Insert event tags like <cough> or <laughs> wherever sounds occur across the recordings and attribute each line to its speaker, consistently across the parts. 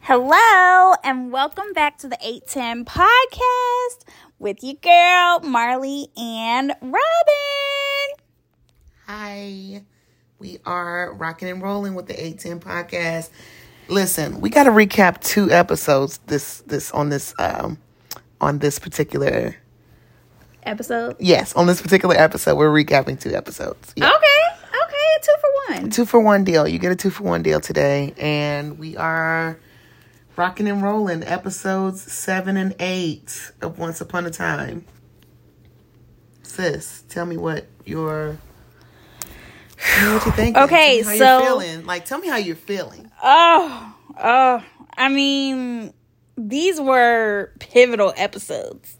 Speaker 1: Hello, and welcome back to the 810 podcast with your girl, Marley and Robin.
Speaker 2: Hi. We are rocking and rolling with the 810 podcast. Listen, we got to recap two episodes this this on this um on this particular
Speaker 1: Episode?
Speaker 2: yes, on this particular episode we're recapping two episodes. Yeah.
Speaker 1: Okay, okay, a two for one.
Speaker 2: Two for one deal. You get a two for one deal today and we are rocking and rolling episodes 7 and 8 of Once Upon a Time. Sis, tell me what your tell me what you think?
Speaker 1: Okay,
Speaker 2: how
Speaker 1: so-
Speaker 2: you're feeling. like tell me how you're feeling.
Speaker 1: Oh, oh, I mean, these were pivotal episodes.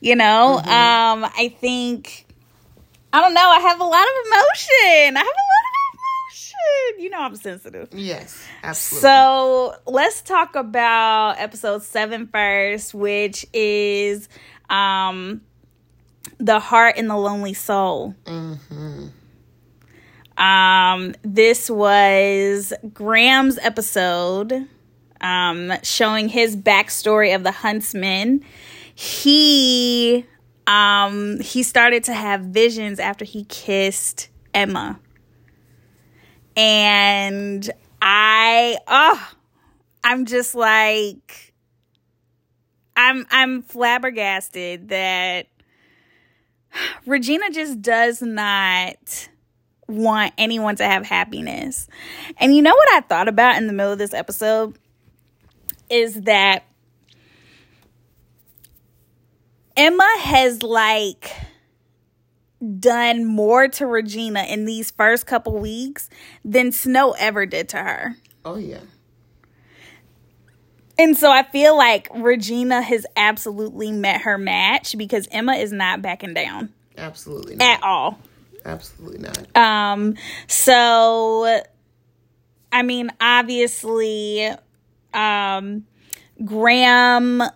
Speaker 1: You know, um, I think, I don't know, I have a lot of emotion. I have a lot of emotion. You know, I'm sensitive.
Speaker 2: Yes, absolutely.
Speaker 1: So let's talk about episode seven first, which is um the heart and the lonely soul. Um, this was Graham's episode, um, showing his backstory of the huntsman. He um he started to have visions after he kissed Emma and I oh I'm just like I'm I'm flabbergasted that Regina just does not want anyone to have happiness. And you know what I thought about in the middle of this episode is that Emma has like done more to Regina in these first couple weeks than Snow ever did to her.
Speaker 2: oh yeah.
Speaker 1: And so I feel like Regina has absolutely met her match because Emma is not backing down
Speaker 2: Absolutely not.
Speaker 1: at all.
Speaker 2: Absolutely not.
Speaker 1: Um so I mean obviously um Graham i-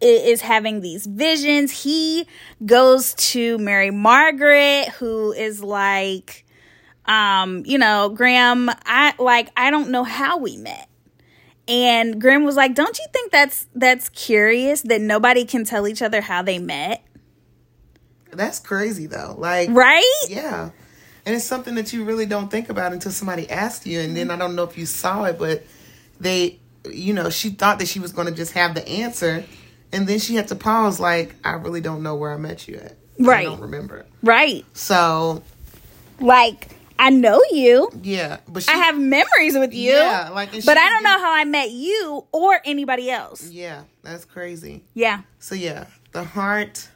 Speaker 1: is having these visions. He goes to Mary Margaret who is like um you know, Graham, I like I don't know how we met. And Graham was like, "Don't you think that's that's curious that nobody can tell each other how they met?"
Speaker 2: That's crazy though. Like
Speaker 1: Right?
Speaker 2: yeah. And it's something that you really don't think about until somebody asks you and then
Speaker 1: Mm-hmm.
Speaker 2: I don't know if you saw it but they you know, she thought that she was going to just have the answer and then she had to pause like I really don't know where I met you at.
Speaker 1: Right.
Speaker 2: I don't remember.
Speaker 1: Right.
Speaker 2: So,
Speaker 1: Like I know you.
Speaker 2: yeah, but she
Speaker 1: I have memories with you.
Speaker 2: Yeah, like, and
Speaker 1: but
Speaker 2: she
Speaker 1: I
Speaker 2: was
Speaker 1: don't know
Speaker 2: getting-
Speaker 1: how I met you or anybody else.
Speaker 2: yeah, that's crazy.
Speaker 1: Yeah.
Speaker 2: So yeah, the heart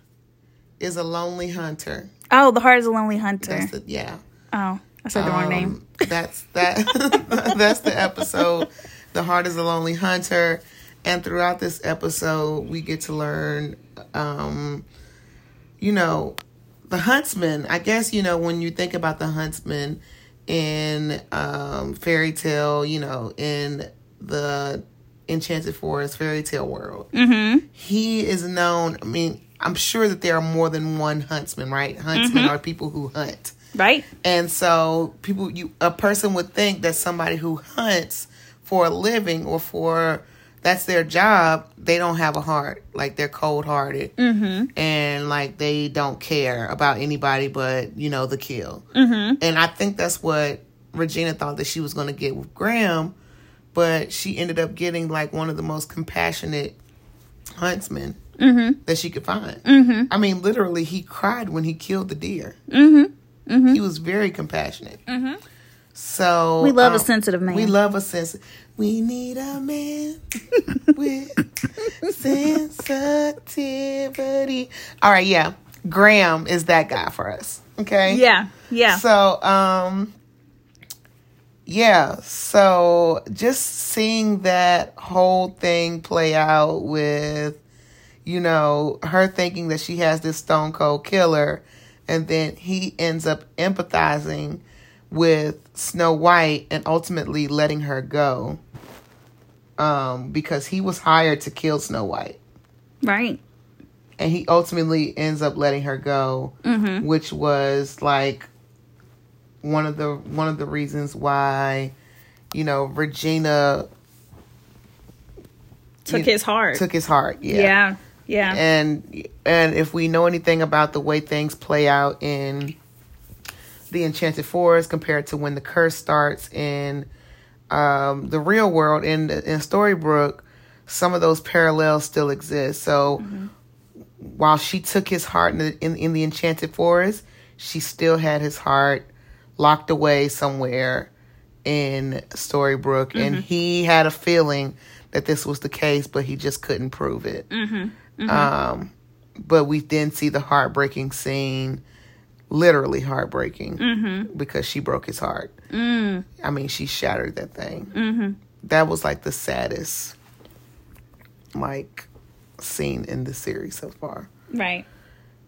Speaker 2: is a lonely hunter.
Speaker 1: Oh, the heart is a lonely hunter.
Speaker 2: That's the, yeah.
Speaker 1: oh, I said the wrong name.
Speaker 2: Um, That's that. <laughs> that's the episode. The heart is a lonely hunter, and throughout this episode, we get to learn. Um, you know, the huntsman. I guess you know when you think about the huntsman in um, fairy tale. You know, in the enchanted forest fairy tale world,
Speaker 1: Mm-hmm.
Speaker 2: he is known. I mean, I'm sure that there are more than one huntsman, right? Huntsmen
Speaker 1: Mm-hmm.
Speaker 2: are people who hunt.
Speaker 1: Right?
Speaker 2: And so people you a person would think that somebody who hunts for a living or for that's their job, they don't have a heart. Like they're cold hearted. Mm-hmm. And like they don't care about anybody but, you know, the kill. Mm-hmm. And I think that's what Regina thought that she was going to get with Graham, but she ended up getting like one of the most compassionate huntsmen that she could find. Mm-hmm. I mean, literally, he cried when he killed the deer.
Speaker 1: Mm-hmm.
Speaker 2: He was very compassionate. Mm-hmm. So um,
Speaker 1: We love a sensitive man.
Speaker 2: oh, We love a sense. We need a man <laughs> with sensitivity. All right, yeah. Graham is that guy for us. Okay.
Speaker 1: Yeah. Yeah.
Speaker 2: So, um, yeah. So just seeing that whole thing play out with, you know, her thinking that she has this stone cold killer, and then he ends up empathizing with Snow White and ultimately letting her go. Um, because he was hired to kill Snow White
Speaker 1: right.
Speaker 2: and he ultimately ends up letting her go, which was like one of the one of the reasons why you know Regina
Speaker 1: took
Speaker 2: you-
Speaker 1: his heart.
Speaker 2: Took his heart. Yeah.
Speaker 1: yeah. Yeah.
Speaker 2: And and if we know anything about the way things play out in the Enchanted Forest compared to when the curse starts in um, the real world in in Storybrooke, some of those parallels still exist. So while she took his heart in the, in, in the Enchanted Forest, she still had his heart locked away somewhere in Storybrooke, and he had a feeling that this was the case, but he just couldn't prove it Um, but we then see the heartbreaking scene literally heartbreaking because she broke his heart Mm-hmm. mm. i mean she shattered that thing mm-hmm. that was like the saddest like scene in the series so far
Speaker 1: right.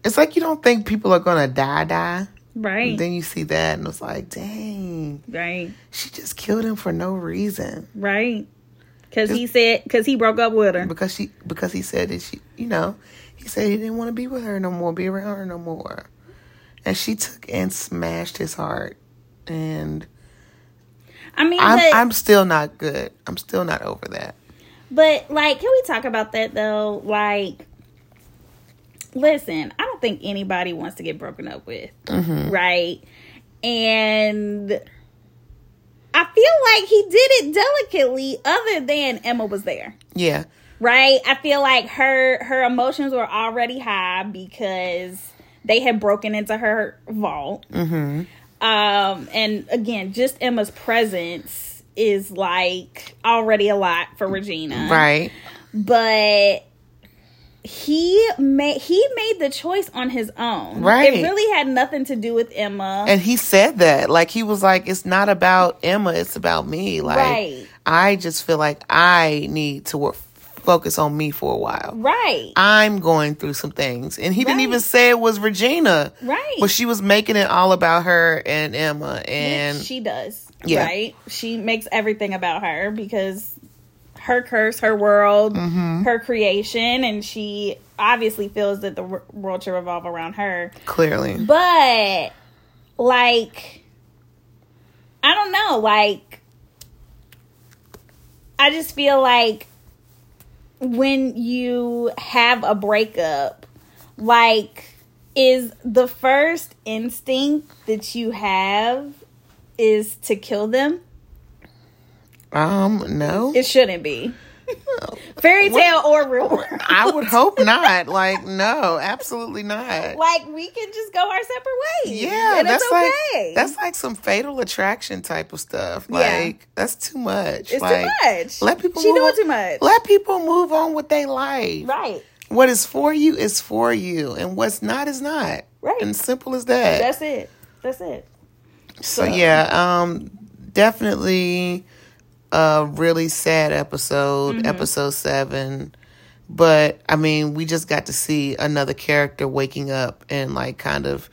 Speaker 2: it's like you don't think people are gonna die die
Speaker 1: Right.
Speaker 2: then you see that and it's like dang
Speaker 1: right.
Speaker 2: she just killed him for no reason
Speaker 1: Right. Cuz he said cuz he broke up with her.
Speaker 2: because she because he said that she you know he said he didn't want to be with her no more be around her no more and she took and smashed his heart and
Speaker 1: I mean,
Speaker 2: i'm
Speaker 1: but,
Speaker 2: i'm still not good i'm still not over that
Speaker 1: but like can we talk about that though? Like listen, I don't think anybody wants to get broken up with. Right? And I feel like he did it delicately other than Emma was there.
Speaker 2: yeah
Speaker 1: right i feel like her her emotions were already high because they had broken into her vault um and again just emma's presence is like already a lot for regina
Speaker 2: right
Speaker 1: but he made he made the choice on his own
Speaker 2: Right.
Speaker 1: it really had nothing to do with emma
Speaker 2: and he said that like he was like it's not about emma it's about me like
Speaker 1: Right.
Speaker 2: i just feel like i need to work focus on me for a while
Speaker 1: right
Speaker 2: I'm going through some things. And he didn't
Speaker 1: Right.
Speaker 2: even say it was Regina.
Speaker 1: Right.
Speaker 2: But she was making it all about her and Emma. And
Speaker 1: Which she does
Speaker 2: Yeah.
Speaker 1: right she makes everything about her because her curse her world
Speaker 2: Mm-hmm.
Speaker 1: her creation and she obviously feels that the wor- world should revolve around her
Speaker 2: clearly.
Speaker 1: but like i don't know like i just feel like when you have a breakup like is the first instinct that you have is to kill them
Speaker 2: Um, no.
Speaker 1: it shouldn't be fairy tale or real world
Speaker 2: <laughs> <laughs> I would hope not. Like, no, absolutely
Speaker 1: <laughs>
Speaker 2: not.
Speaker 1: like we can just go our separate ways
Speaker 2: Yeah,
Speaker 1: and
Speaker 2: that's
Speaker 1: it's
Speaker 2: like
Speaker 1: okay
Speaker 2: that's like some fatal attraction type of stuff. Like that's too much.
Speaker 1: it's
Speaker 2: like,
Speaker 1: too much
Speaker 2: Let people
Speaker 1: she
Speaker 2: move
Speaker 1: doing
Speaker 2: on-
Speaker 1: too much
Speaker 2: Let people move on with their life.
Speaker 1: Right.
Speaker 2: What is for you is for you, and what's not is not.
Speaker 1: Right.
Speaker 2: And simple as that.
Speaker 1: That's it. That's it.
Speaker 2: So yeah, um, definitely a really sad episode, episode seven. But I mean, we just got to see another character waking up and like kind of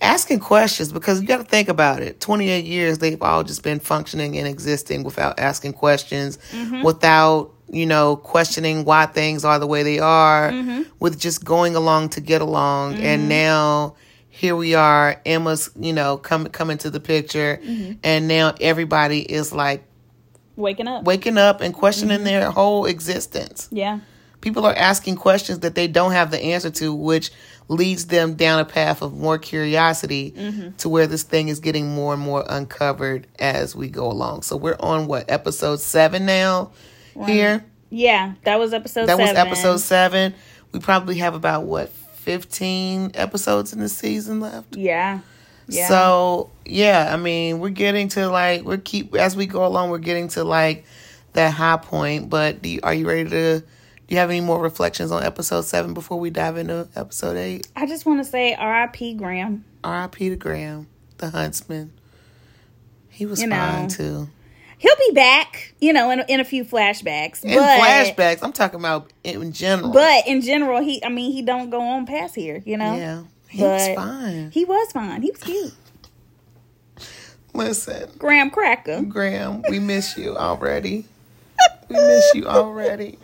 Speaker 2: asking questions because you got to think about it. Twenty eight years, they've all just been functioning and existing without asking questions, without you know questioning why things are the way they are, with just going along to get along. And now here we are, Emma's you know coming coming to the picture, and now everybody is like
Speaker 1: Waking up.
Speaker 2: waking up and questioning their whole existence.
Speaker 1: yeah.
Speaker 2: People are asking questions that they don't have the answer to, which leads them down a path of more curiosity to where this thing is getting more and more uncovered as we go along. So we're on what episode seven now here.
Speaker 1: Yeah. That was episode
Speaker 2: That was
Speaker 1: seven.
Speaker 2: episode seven. We probably have about what fifteen episodes in the season left.
Speaker 1: Yeah. Yeah.
Speaker 2: So yeah, I mean, we're getting to like we're keep as we go along, we're getting to like that high point. But do you, are you ready to? Do you have any more reflections on episode seven before we dive into episode eight?
Speaker 1: I just want to say R.I.P. Graham.
Speaker 2: R.I.P. to Graham, the huntsman. He was
Speaker 1: You know,
Speaker 2: fine too.
Speaker 1: He'll be back, you know, in, in a few flashbacks.
Speaker 2: In
Speaker 1: but,
Speaker 2: flashbacks, I'm talking about in general.
Speaker 1: But in general, he, I mean, he don't go on past here, you know?
Speaker 2: yeah, he was
Speaker 1: but-
Speaker 2: fine.
Speaker 1: He was fine. He was cute.
Speaker 2: Listen,
Speaker 1: Graham Cracker.
Speaker 2: Graham, we miss you already. we miss you already.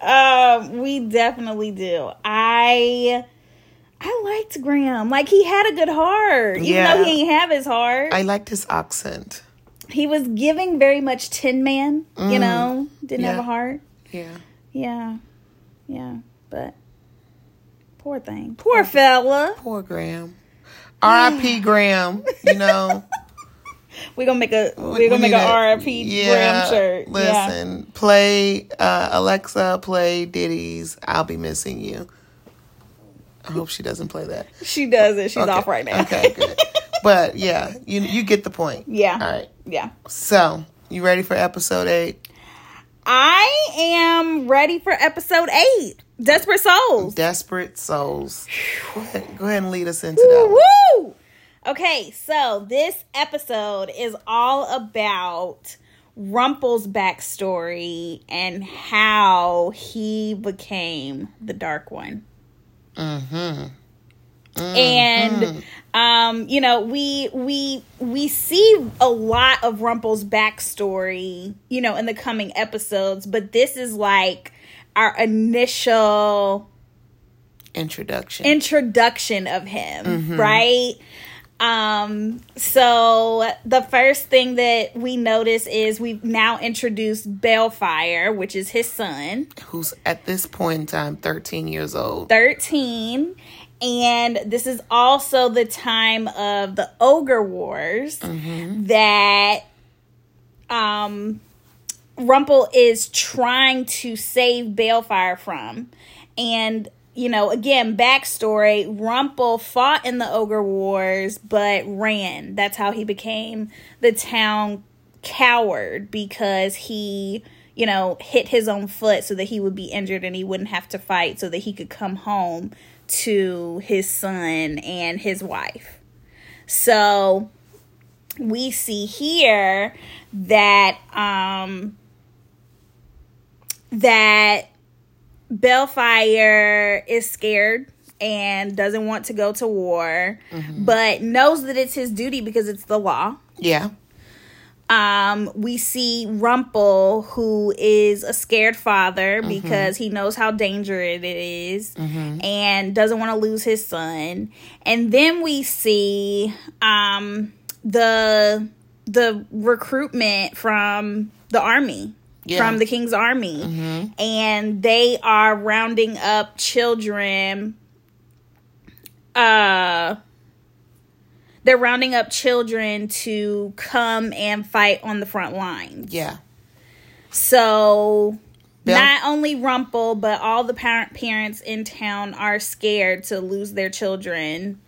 Speaker 1: Um, we definitely do. I I liked Graham. Like he had a good heart. Even
Speaker 2: Yeah.
Speaker 1: though he ain't have his heart.
Speaker 2: I liked his accent.
Speaker 1: he was giving very much tin man you know didn't have
Speaker 2: Mm. Yeah.
Speaker 1: a heart
Speaker 2: Yeah.
Speaker 1: Yeah. Yeah. But poor thing. Poor fella.
Speaker 2: Poor Graham.
Speaker 1: <sighs>
Speaker 2: R.I.P. Graham.
Speaker 1: <laughs>
Speaker 2: You know.
Speaker 1: We're gonna make a we're gonna make
Speaker 2: need
Speaker 1: a
Speaker 2: a-
Speaker 1: RIP Graham shirt. Yeah.
Speaker 2: Listen, play uh, Alexa, play Diddy's "I'll Be Missing You." I hope she doesn't play that.
Speaker 1: She does it. She's
Speaker 2: Okay,
Speaker 1: off right now.
Speaker 2: okay, good. But yeah, you you get the point.
Speaker 1: <laughs> Yeah.
Speaker 2: All right.
Speaker 1: Yeah.
Speaker 2: So you ready for episode eight?
Speaker 1: I am ready for episode eight. Desperate Souls.
Speaker 2: Desperate souls. Go ahead, go ahead and lead us into that. one.
Speaker 1: Woo! Okay, so this episode is all about Rumple's backstory and how he became the Dark One. Mm-hmm. And um, you know, we we we see a lot of Rumple's backstory, you know, in the coming episodes, but this is like our initial
Speaker 2: Introduction.
Speaker 1: introduction of him, right? Um, so the first thing that we notice is we've now introduced Bellfire, which is his son,
Speaker 2: Who's at this point in time thirteen years old?
Speaker 1: 13. And this is also the time of the Ogre Wars that um Rumple is trying to save Balefire from. And, you know, again, backstory Rumple fought in the Ogre Wars but ran. That's how he became the town coward because he, you know, hit his own foot so that he would be injured and he wouldn't have to fight so that he could come home to his son and his wife. So we see here that um that Bellfire is scared and doesn't want to go to war but knows that it's his duty because it's the law.
Speaker 2: Yeah.
Speaker 1: Um we see Rumple who is a scared father because he knows how dangerous it is and doesn't want to lose his son. And then we see um the the recruitment from the army
Speaker 2: Yeah.
Speaker 1: from the king's army and they are rounding up children uh they're rounding up children to come and fight on the front lines
Speaker 2: Yeah.
Speaker 1: so
Speaker 2: Yeah.
Speaker 1: not only rumple but all the parent parents in town are scared to lose their children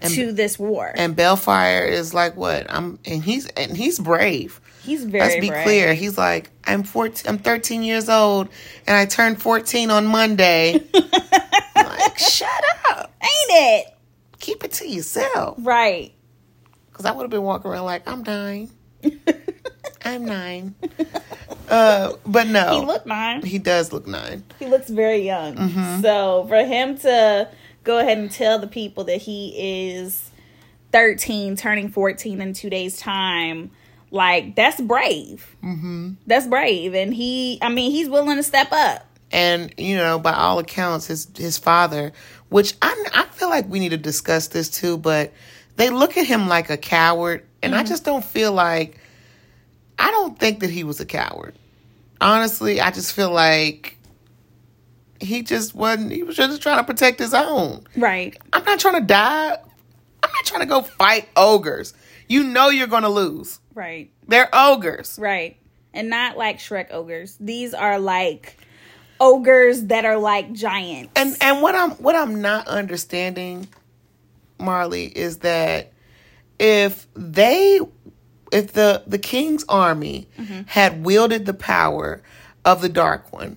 Speaker 1: to this war
Speaker 2: And Bellfire is like what? I'm and he's and he's brave.
Speaker 1: he's very
Speaker 2: Let's be
Speaker 1: brave.
Speaker 2: clear. He's like, I'm 14, I'm 13 years old, and I turned 14 on Monday.
Speaker 1: <laughs>
Speaker 2: I'm like, shut up.
Speaker 1: ain't it
Speaker 2: Keep it to yourself.
Speaker 1: right
Speaker 2: Because I would have been walking around like, I'm
Speaker 1: <laughs>
Speaker 2: nine. I'm nine. Uh, but no.
Speaker 1: he looked mine
Speaker 2: He does look nine.
Speaker 1: He looks very young. So for him to go ahead and tell the people that he is 13, turning 14 in two days' time, like that's brave. Mm-hmm. That's brave. And he, I mean, he's willing to step up.
Speaker 2: And, you know, by all accounts, his, his father, which I, I feel like we need to discuss this too, but they look at him like a coward. And I just don't feel like, I don't think that he was a coward. Honestly, I just feel like he just wasn't, he was just trying to protect his own.
Speaker 1: Right.
Speaker 2: I'm not trying to die. I'm not trying to go fight ogres. You know you're going to lose.
Speaker 1: Right.
Speaker 2: They're ogres.
Speaker 1: Right. And not like Shrek ogres. These are like ogres that are like giants.
Speaker 2: and and what I'm what I'm not understanding, Marley, is that if they if the the king's army had wielded the power of the dark one,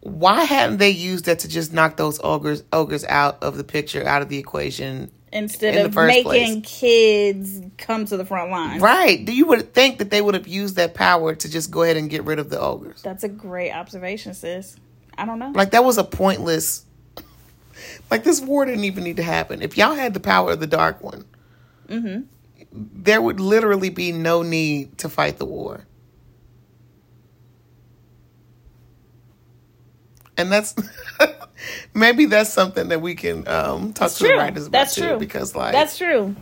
Speaker 2: why hadn't they used that to just knock those ogres ogres out of the picture, out of the equation?
Speaker 1: instead
Speaker 2: in the
Speaker 1: of
Speaker 2: first
Speaker 1: making kids come to the front line.
Speaker 2: Right? Do you would think that they would have used that power to just go ahead and get rid of the ogres?
Speaker 1: That's a great observation, sis. I don't know.
Speaker 2: Like that was a pointless. Like this war didn't even need to happen. If y'all had the power of the Dark One,
Speaker 1: Mm-hmm.
Speaker 2: there would literally be no need to fight the war. And that's <laughs> maybe that's something that we can um, talk to the
Speaker 1: true.
Speaker 2: writers about
Speaker 1: That's
Speaker 2: too.
Speaker 1: true.
Speaker 2: Because like,
Speaker 1: That's true.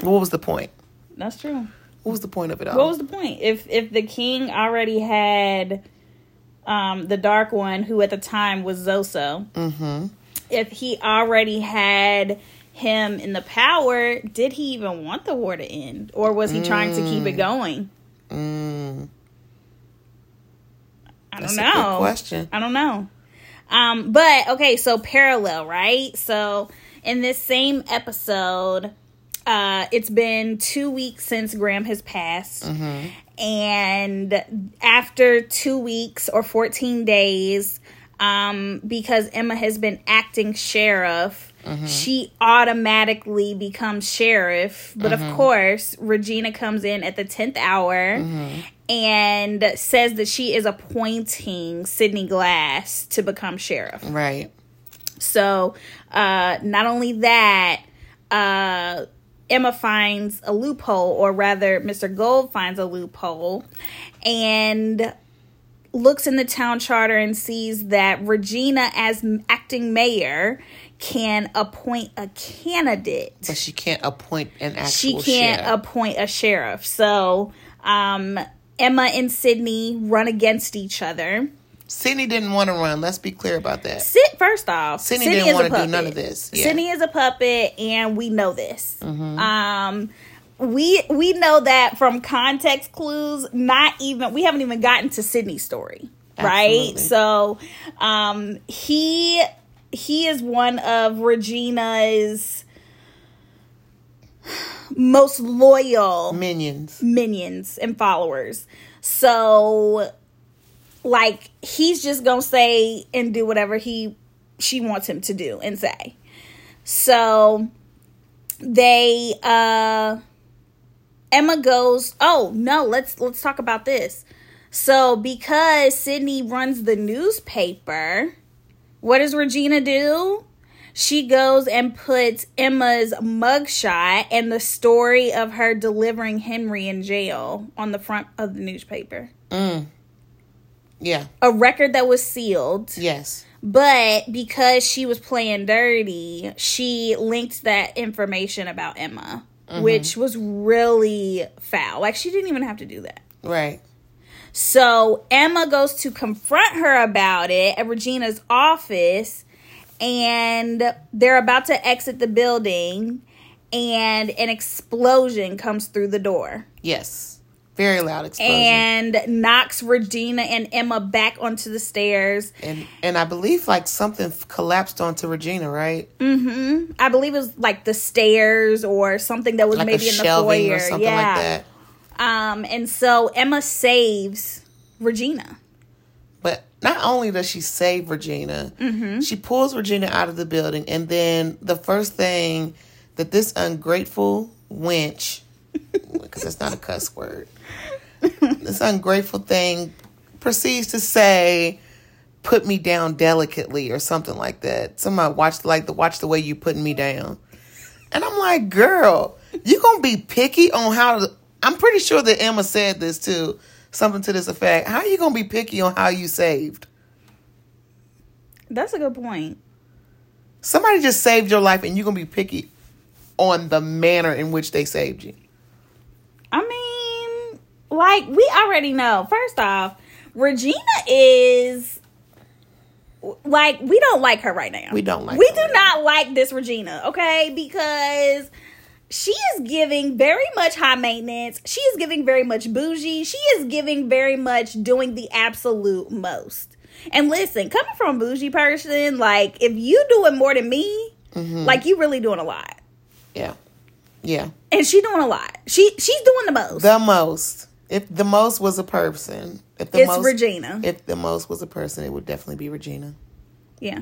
Speaker 2: what was the point?
Speaker 1: That's true.
Speaker 2: What was the point of it all?
Speaker 1: What was the point? If if the king already had um, the dark one, who at the time was Zoso, mm-hmm. if he already had him in the power, did he even want the war to end, or was he trying to
Speaker 2: Mm.
Speaker 1: keep it going? I don't
Speaker 2: That's a
Speaker 1: know.
Speaker 2: good question.
Speaker 1: I don't know. Um, but okay, so parallel, right? So in this same episode, uh, it's been two weeks since Graham has passed. And after two weeks or 14 days, um, because Emma has been acting sheriff, she automatically becomes sheriff. But of course, Regina comes in at the 10th hour and says that she is appointing Sydney Glass to become sheriff.
Speaker 2: Right.
Speaker 1: So, uh, not only that, uh, Emma finds a loophole, or rather, Mr. Gold finds a loophole and looks in the town charter and sees that Regina, as m- acting mayor, can appoint a candidate.
Speaker 2: But she can't appoint an actual
Speaker 1: She can't
Speaker 2: sheriff.
Speaker 1: appoint a sheriff. So, um, Emma and Sydney run against each other.
Speaker 2: Sydney didn't want to run. Let's be clear about that.
Speaker 1: Sit first off.
Speaker 2: Sydney
Speaker 1: Sydney,
Speaker 2: didn't
Speaker 1: is a
Speaker 2: wanna do
Speaker 1: puppet.
Speaker 2: none of this. Yeah. Mm-hmm.
Speaker 1: Sydney is a puppet, and we know this. Um, we we know that from context clues. Not even we haven't even gotten to Sydney's story, right?
Speaker 2: Absolutely.
Speaker 1: So, um, he he is one of Regina's most loyal
Speaker 2: Minions.
Speaker 1: minions and followers. So like he's just going to say and do whatever he she wants him to do and say. So they uh Emma goes, "Oh, no, let's let's talk about this." So because Sydney runs the newspaper, what does Regina do? She goes and puts Emma's mugshot and the story of her delivering Henry in jail on the front of the newspaper.
Speaker 2: Yeah.
Speaker 1: A record that was sealed,
Speaker 2: Yes.
Speaker 1: but because she was playing dirty, she linked that information about Emma, which was really foul. Like, she didn't even have to do that.
Speaker 2: Right.
Speaker 1: So Emma goes to confront her about it at Regina's office, and they're about to exit the building, and an explosion comes through the door
Speaker 2: Yes. Very loud explosion. And,
Speaker 1: and knocks Regina and Emma back onto the stairs.
Speaker 2: and I believe like something f- collapsed onto Regina, right?
Speaker 1: Mm, I believe it was like the stairs or something that was
Speaker 2: Like
Speaker 1: maybe
Speaker 2: a
Speaker 1: in the
Speaker 2: shelving
Speaker 1: foyer.
Speaker 2: or something
Speaker 1: yeah.
Speaker 2: like that.
Speaker 1: Um, and so Emma saves Regina.
Speaker 2: But not only does she save Regina, she pulls Regina out of the building, and then the first thing that this ungrateful wench, <laughs> because that's not a cuss word, this ungrateful thing proceeds to say, "Put me down delicately" or something like that. Somebody watch like the watch the way you putting me down, and I'm like, "Girl, you gonna be picky on how to." I'm pretty sure that Emma said this too, something to this effect. How you gonna be picky on how you saved?
Speaker 1: That's a good point.
Speaker 2: Somebody just saved your life, and you gonna be picky on the manner in which they saved you.
Speaker 1: I mean, like we already know. First off, Regina is like we don't like her right now.
Speaker 2: We don't like
Speaker 1: We
Speaker 2: her
Speaker 1: do
Speaker 2: right
Speaker 1: not like this Regina, okay? Because she is giving very much high maintenance. She is giving very much bougie. She is giving very much doing the absolute most. And listen, coming from a bougie person, like if you doing more than me,
Speaker 2: Mm-hmm.
Speaker 1: like you really doing a lot.
Speaker 2: Yeah, yeah.
Speaker 1: And she doing a lot. She she's doing the most.
Speaker 2: The most, if the most was a person, if the
Speaker 1: It's
Speaker 2: most,
Speaker 1: Regina.
Speaker 2: If the most was a person, it would definitely be Regina.
Speaker 1: yeah.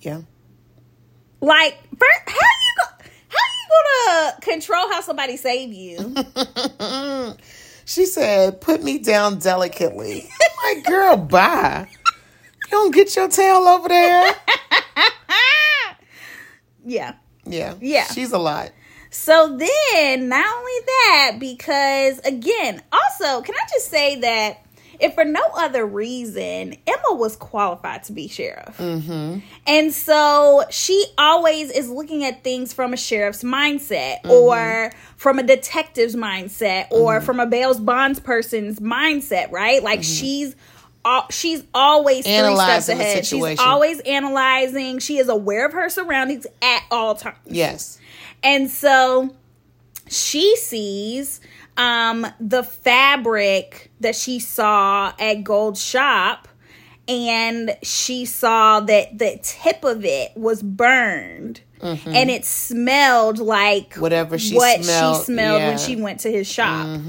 Speaker 2: Yeah.
Speaker 1: Like, first, how you go, how you gonna control how somebody save you?
Speaker 2: She said, "Put me down delicately." <laughs> I'm like, girl, bye. You don't get your tail over there.
Speaker 1: yeah.
Speaker 2: Yeah,
Speaker 1: Yeah.
Speaker 2: She's a lot.
Speaker 1: So then, not only that, because again, also, can I just say that if for no other reason, Emma was qualified to be sheriff,
Speaker 2: Mm-hmm.
Speaker 1: and so she always is looking at things from a sheriff's mindset,
Speaker 2: Mm-hmm.
Speaker 1: or from a detective's mindset, or from a bail's bonds person's mindset, right? Like she's all, she's always three steps
Speaker 2: Mm-hmm. Analyzing the
Speaker 1: ahead. She's
Speaker 2: situation.
Speaker 1: always analyzing. She is aware of her surroundings at all times.
Speaker 2: Yes.
Speaker 1: And so she sees um, the fabric that she saw at Gold's shop, and she saw that the tip of it was burned. And it smelled like
Speaker 2: Whatever Mm-hmm. she
Speaker 1: what she
Speaker 2: smelled,
Speaker 1: smelled
Speaker 2: yeah. Mm-hmm.
Speaker 1: when she went to his shop.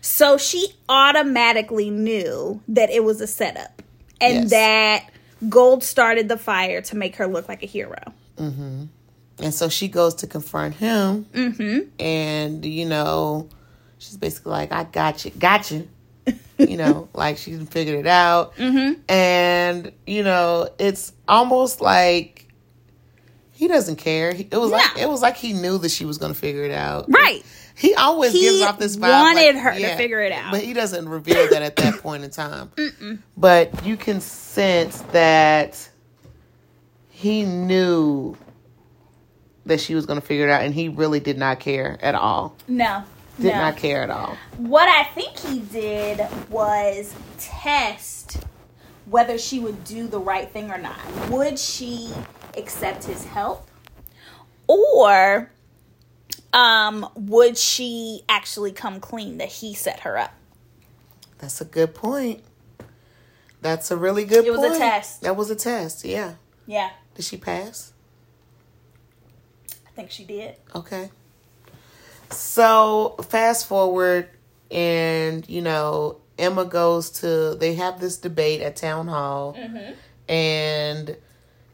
Speaker 1: So she automatically knew that it was a setup, and
Speaker 2: Yes.
Speaker 1: that Gold started the fire to make her look like a hero.
Speaker 2: And so she goes to confront him. Mm-hmm. And, you know, she's basically like, I got you, got you.
Speaker 1: <laughs>
Speaker 2: you know, like she figured it out. Mm-hmm. And, you know, it's almost like he doesn't care. He- It was like
Speaker 1: No.
Speaker 2: it was like he knew that she was going to figure it out.
Speaker 1: Right.
Speaker 2: He always
Speaker 1: He
Speaker 2: gives off this vibe.
Speaker 1: wanted
Speaker 2: like-
Speaker 1: her to figure it out.
Speaker 2: But he doesn't reveal that at
Speaker 1: <coughs>
Speaker 2: that point in time. But you can sense that he knew that she was going to figure it out, and he really did not care at all.
Speaker 1: No.
Speaker 2: Did
Speaker 1: no.
Speaker 2: not care at all.
Speaker 1: What I think he did was test whether she would do the right thing or not. Would she accept his help? Or um would she actually come clean that he set her up?
Speaker 2: That's a good point. That's a really good
Speaker 1: It
Speaker 2: point.
Speaker 1: was a test.
Speaker 2: That was a test, yeah.
Speaker 1: Yeah,
Speaker 2: Did she pass?
Speaker 1: I think she did.
Speaker 2: Okay. So fast forward, and you know, Emma goes to they have this debate at town hall, and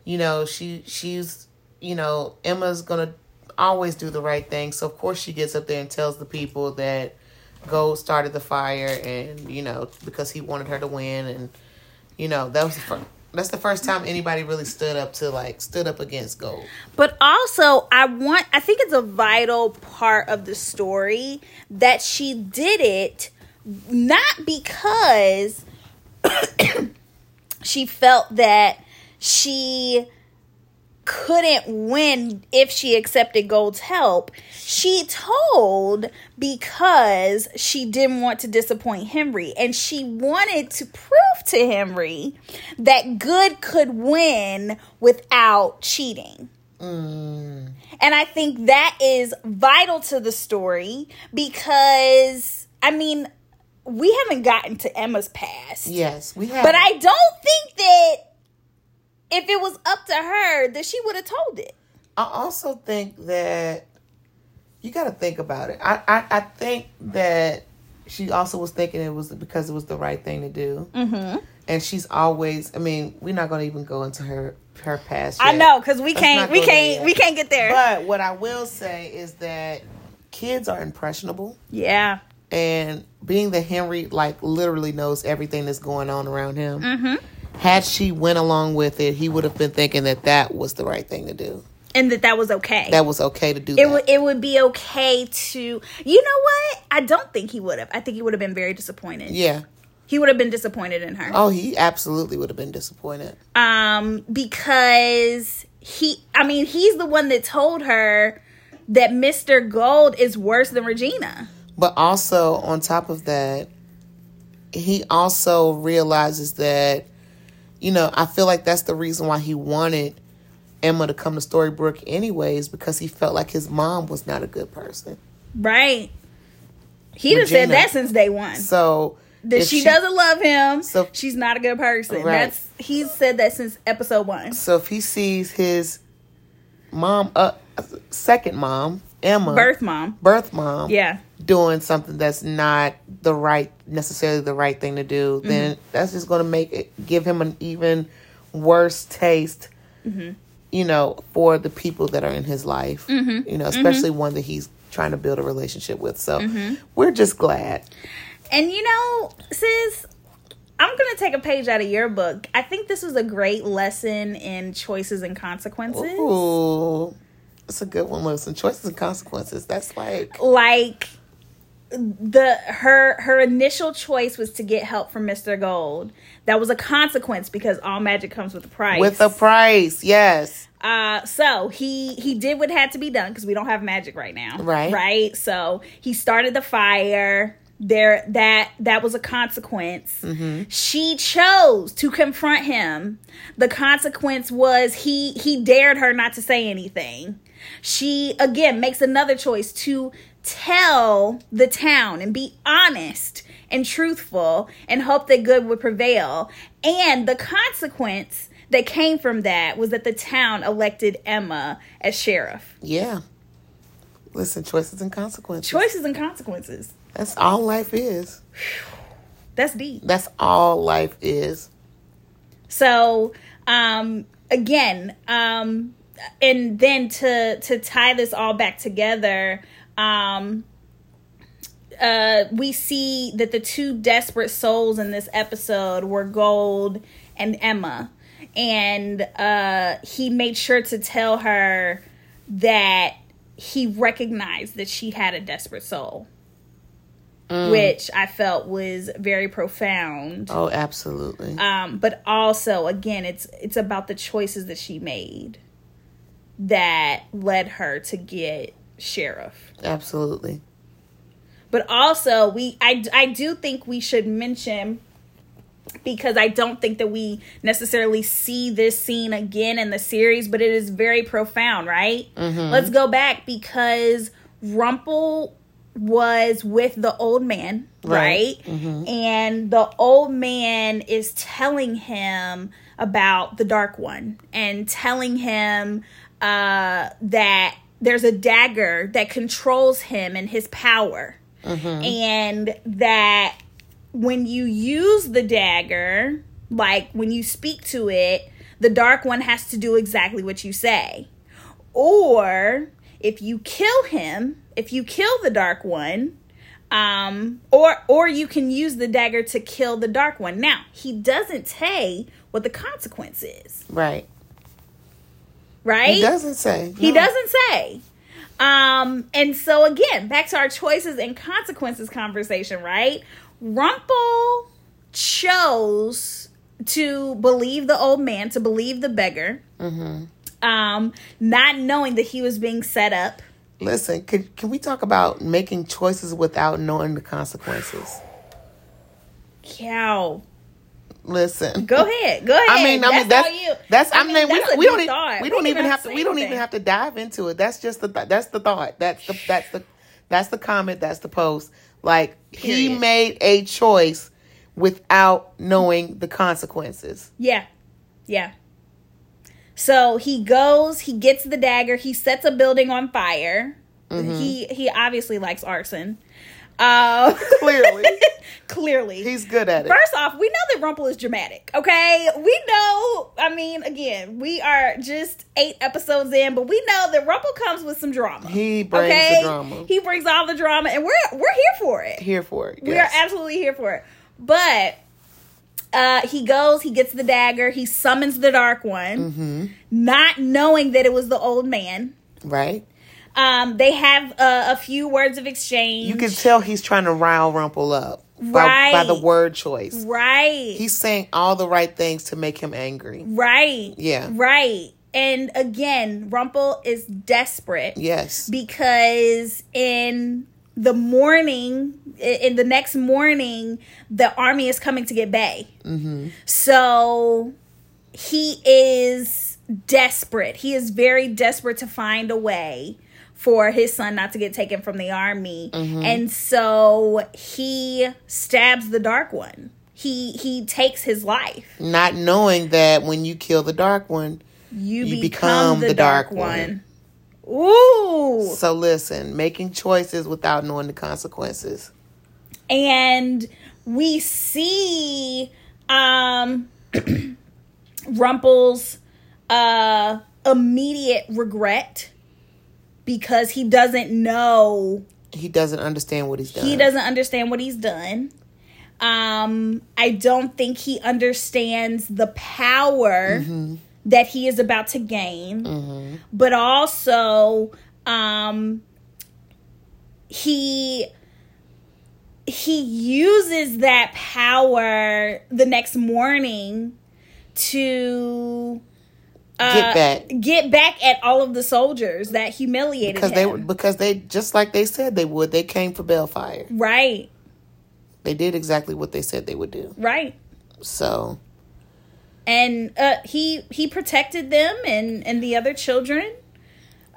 Speaker 2: you know she she's you know Emma's gonna always do the right thing, so of course she gets up there and tells the people that Gold started the fire, and you know because he wanted her to win, and you know that was the first. That's the first time anybody really stood up to like stood up against Gold.
Speaker 1: But also, I want, I think it's a vital part of the story that she did it not because she felt that she couldn't win if she accepted Gold's help. She told because she didn't want to disappoint Henry and she wanted to prove to Henry that good could win without cheating. And I think that is vital to the story because, I mean, we haven't gotten to Emma's past.
Speaker 2: Yes, we have.
Speaker 1: But I don't think that if it was up to her, that she would have told it.
Speaker 2: I also think that you got to think about it. I, I, I think that she also was thinking it was because it was the right thing to do. Mm-hmm. And she's always. I mean, we're not going to even go into her her past.
Speaker 1: I
Speaker 2: yet.
Speaker 1: know because we
Speaker 2: Let's
Speaker 1: can't,
Speaker 2: not
Speaker 1: we
Speaker 2: go there
Speaker 1: can't,
Speaker 2: yet.
Speaker 1: we can't get there.
Speaker 2: But what I will say is that kids are impressionable,
Speaker 1: yeah,
Speaker 2: and being that Henry like literally knows everything that's going on around him.
Speaker 1: Mm-hmm.
Speaker 2: Had she went along with it, he would have been thinking that that was the right thing to do.
Speaker 1: and that that was okay.
Speaker 2: That was okay to do.
Speaker 1: it
Speaker 2: that.
Speaker 1: would it would be okay to you know what I don't think he would have I think he would have been very disappointed
Speaker 2: yeah.
Speaker 1: he would have been disappointed in her
Speaker 2: Oh, he absolutely would have been disappointed.
Speaker 1: um because he I mean he's the one that told her that Mr. Gold is worse than Regina
Speaker 2: But also, on top of that, he also realizes that, you know, I feel like that's the reason why he wanted Emma to come to Storybrooke, anyways, because he felt like his mom was not a good person.
Speaker 1: right he done said
Speaker 2: Regina.
Speaker 1: that since day one
Speaker 2: So,
Speaker 1: that
Speaker 2: if
Speaker 1: she, doesn't love him
Speaker 2: So-
Speaker 1: she's not a good person
Speaker 2: Right.
Speaker 1: that's he's said that since episode one
Speaker 2: So, if he sees his mom, uh, second mom, Emma,
Speaker 1: birth mom
Speaker 2: birth mom,
Speaker 1: yeah
Speaker 2: doing something that's not the right necessarily the right thing to do then that's just going to make it give him an even worse taste you know for the people that are in his life you know especially one that he's trying to build a relationship with so we're just glad
Speaker 1: And you know, sis, I'm gonna take a page out of your book. I think this was a great lesson in choices and consequences.
Speaker 2: ooh that's a good one listen choices and consequences that's like
Speaker 1: Like the her her initial choice was to get help from Mr. Gold. That was a consequence because all magic comes with a price.
Speaker 2: with a price yes
Speaker 1: Uh, so he he did what had to be done because we don't have magic right now,
Speaker 2: Right.
Speaker 1: Right. So he started the fire. there that that was a consequence she chose to confront him the consequence was he he dared her not to say anything she again makes another choice to tell the town and be honest and truthful and hope that good would prevail and the consequence that came from that was that the town elected Emma as sheriff.
Speaker 2: Yeah. Listen, choices and consequences.
Speaker 1: Choices and consequences.
Speaker 2: That's all life is.
Speaker 1: That's deep.
Speaker 2: That's all life is.
Speaker 1: So, um, again, um, and then to to tie this all back together, um, uh, we see that the two desperate souls in this episode were Gold and Emma, and uh, he made sure to tell her that he recognized that she had a desperate soul. Which I felt was very profound
Speaker 2: Oh, absolutely.
Speaker 1: um, but also again it's it's about the choices that she made that led her to get sheriff
Speaker 2: absolutely.
Speaker 1: but also we i i do think we should mention because i don't think that we necessarily see this scene again in the series but it is very profound right let's go back because rumple was with the old man right,
Speaker 2: Right.
Speaker 1: and the old man is telling him about the dark one and telling him uh that there's a dagger that controls him and his power and that when you use the dagger, like when you speak to it, the dark one has to do exactly what you say. Or if you kill him, if you kill the dark one, um, or or you can use the dagger to kill the dark one. Now he doesn't say what the consequence is,
Speaker 2: Right.
Speaker 1: right?
Speaker 2: He doesn't say.
Speaker 1: He
Speaker 2: No.
Speaker 1: doesn't say. Um, and so again, back to our choices and consequences conversation, right? Rumple chose to believe the old man, to believe the beggar,
Speaker 2: Mm-hmm.
Speaker 1: um, not knowing that he was being set up.
Speaker 2: Listen, can, can we talk about making choices without knowing the consequences?
Speaker 1: Cow.
Speaker 2: Listen.
Speaker 1: Go ahead. Go ahead.
Speaker 2: I mean, I mean that's
Speaker 1: all you.
Speaker 2: that's I mean, we,
Speaker 1: that's a
Speaker 2: we don't
Speaker 1: deep
Speaker 2: e-
Speaker 1: thought.
Speaker 2: we don't
Speaker 1: didn't
Speaker 2: even have to
Speaker 1: say
Speaker 2: we don't
Speaker 1: anything.
Speaker 2: even have to dive into it. That's just the th- that's the thought. That's the that's the that's the comment. That's the post. Like he
Speaker 1: Period.
Speaker 2: made a choice without knowing the consequences.
Speaker 1: Yeah. Yeah. So he goes, he gets the dagger, he sets a building on fire.
Speaker 2: Mm-hmm.
Speaker 1: He he obviously likes arson. Uh, <laughs>
Speaker 2: Clearly,
Speaker 1: clearly.
Speaker 2: he's good at it.
Speaker 1: First off, we know that Rumple is dramatic, okay? We know, I mean, again, we are just eight episodes in, but we know that Rumple comes with some drama.
Speaker 2: He brings the drama.
Speaker 1: He brings all the drama, and we're we're here for it.
Speaker 2: Here for it.
Speaker 1: We
Speaker 2: yes.
Speaker 1: are absolutely here for it. But uh, he goes, he gets the dagger, he summons the dark one,
Speaker 2: Mm-hmm.
Speaker 1: not knowing that it was the old man.
Speaker 2: right.
Speaker 1: Um, they have uh, a few words of exchange.
Speaker 2: You can tell he's trying to rile Rumple up by, by the
Speaker 1: Right.
Speaker 2: word choice.
Speaker 1: right,
Speaker 2: He's saying all the right things to make him angry.
Speaker 1: right,
Speaker 2: Yeah.
Speaker 1: right. And again, Rumple is desperate
Speaker 2: Yes.
Speaker 1: because in the morning, i- in the next morning, the army is coming to get Bay. Mm-hmm. So he is desperate. He is very desperate to find a way for his son not to get taken from the army. And so he stabs the dark one. He he takes his life.
Speaker 2: Not knowing that when you kill the dark one,
Speaker 1: You,
Speaker 2: You
Speaker 1: become,
Speaker 2: become
Speaker 1: the,
Speaker 2: the
Speaker 1: dark,
Speaker 2: Dark
Speaker 1: one. Ooh.
Speaker 2: So listen, making choices without knowing the consequences.
Speaker 1: and we see um <clears throat> Rumple's uh immediate regret because he doesn't know
Speaker 2: He doesn't understand what he's done.
Speaker 1: he doesn't understand what he's done. Um I don't think he understands the power that he is about to gain.
Speaker 2: Mm-hmm.
Speaker 1: But also um he he uses that power the next morning to uh,
Speaker 2: get back
Speaker 1: get back at all of the soldiers that humiliated
Speaker 2: because
Speaker 1: him.
Speaker 2: they were because they just like they said they would. They came for Bellfire.
Speaker 1: right,
Speaker 2: They did exactly what they said they would do.
Speaker 1: Right.
Speaker 2: So
Speaker 1: And uh, he he protected them and and the other children.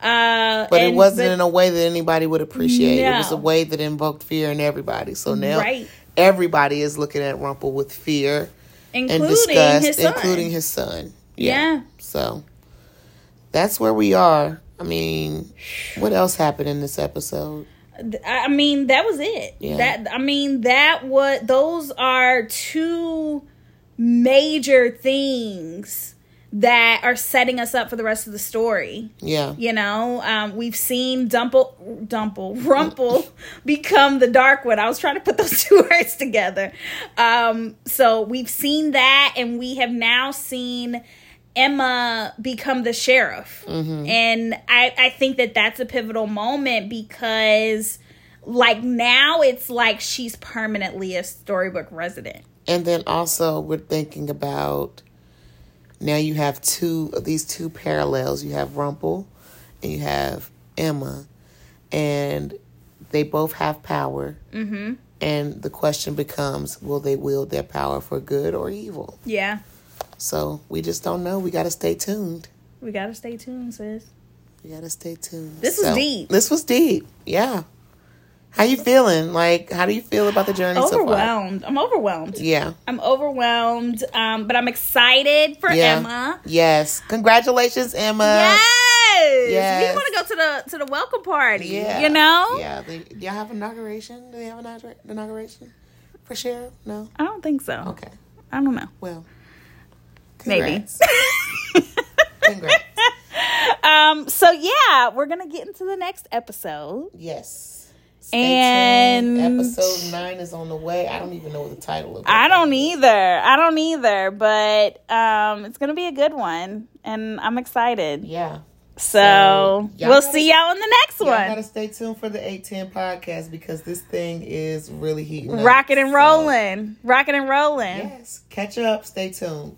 Speaker 1: Uh,
Speaker 2: But it
Speaker 1: and-
Speaker 2: wasn't in a way that anybody would appreciate. It was a
Speaker 1: No.
Speaker 2: way that invoked fear in everybody. So now
Speaker 1: Right.
Speaker 2: everybody is looking at Rumple with fear
Speaker 1: including
Speaker 2: and disgust,
Speaker 1: his son.
Speaker 2: including his son.
Speaker 1: Yeah.
Speaker 2: So that's where we are. I mean, what else happened in this episode?
Speaker 1: Th- I mean, that was it.
Speaker 2: Yeah.
Speaker 1: That I mean, that what those are two major things that are setting us up for the rest of the story.
Speaker 2: Yeah.
Speaker 1: You know, um, we've seen Dumple, Dumple, Rumple <laughs> become the Dark One. I was trying to put those <laughs> two words together. Um, so we've seen that, and we have now seen Emma become the sheriff. And I, I think that that's a pivotal moment because, like, now it's like she's permanently a storybook resident.
Speaker 2: And then also we're thinking about now you have two of these two parallels. You have Rumple and you have Emma. And they both have power. Mm-hmm. And the question becomes will they wield their power for good or evil?
Speaker 1: Yeah.
Speaker 2: So we just don't know. We got to stay tuned.
Speaker 1: We got to stay tuned, sis.
Speaker 2: We got to stay tuned.
Speaker 1: This was deep.
Speaker 2: This was deep. Yeah. How you feeling? Like, how do you feel about the journey so far?
Speaker 1: Overwhelmed. I'm overwhelmed.
Speaker 2: Yeah.
Speaker 1: I'm overwhelmed, um, but I'm excited for
Speaker 2: Yeah.
Speaker 1: Emma.
Speaker 2: Yes. Congratulations, Emma.
Speaker 1: yes!
Speaker 2: yes.
Speaker 1: we want to go to the to the welcome party.
Speaker 2: Yeah.
Speaker 1: you know.
Speaker 2: Yeah. They, do y'all have inauguration? Do they have an inauguration for sheriff? No.
Speaker 1: I don't think so.
Speaker 2: Okay.
Speaker 1: I don't know.
Speaker 2: Well.
Speaker 1: Maybe.
Speaker 2: Congrats. Congrats.
Speaker 1: <laughs> Um. So yeah, we're gonna get into the next episode.
Speaker 2: Yes.
Speaker 1: And-
Speaker 2: tuned. episode nine is on the way. I don't even know what the title of.
Speaker 1: I
Speaker 2: it
Speaker 1: don't
Speaker 2: is.
Speaker 1: either. I don't either. But um, it's gonna be a good one, and I'm excited.
Speaker 2: Yeah.
Speaker 1: So,
Speaker 2: y'all
Speaker 1: we'll
Speaker 2: gotta-
Speaker 1: see y'all in the next
Speaker 2: Y'all
Speaker 1: one.
Speaker 2: gotta stay tuned for the eight ten podcast because this thing is really heating. up.
Speaker 1: Rocking and
Speaker 2: So,
Speaker 1: rolling. Rocking and rolling.
Speaker 2: yes. Catch up. Stay tuned,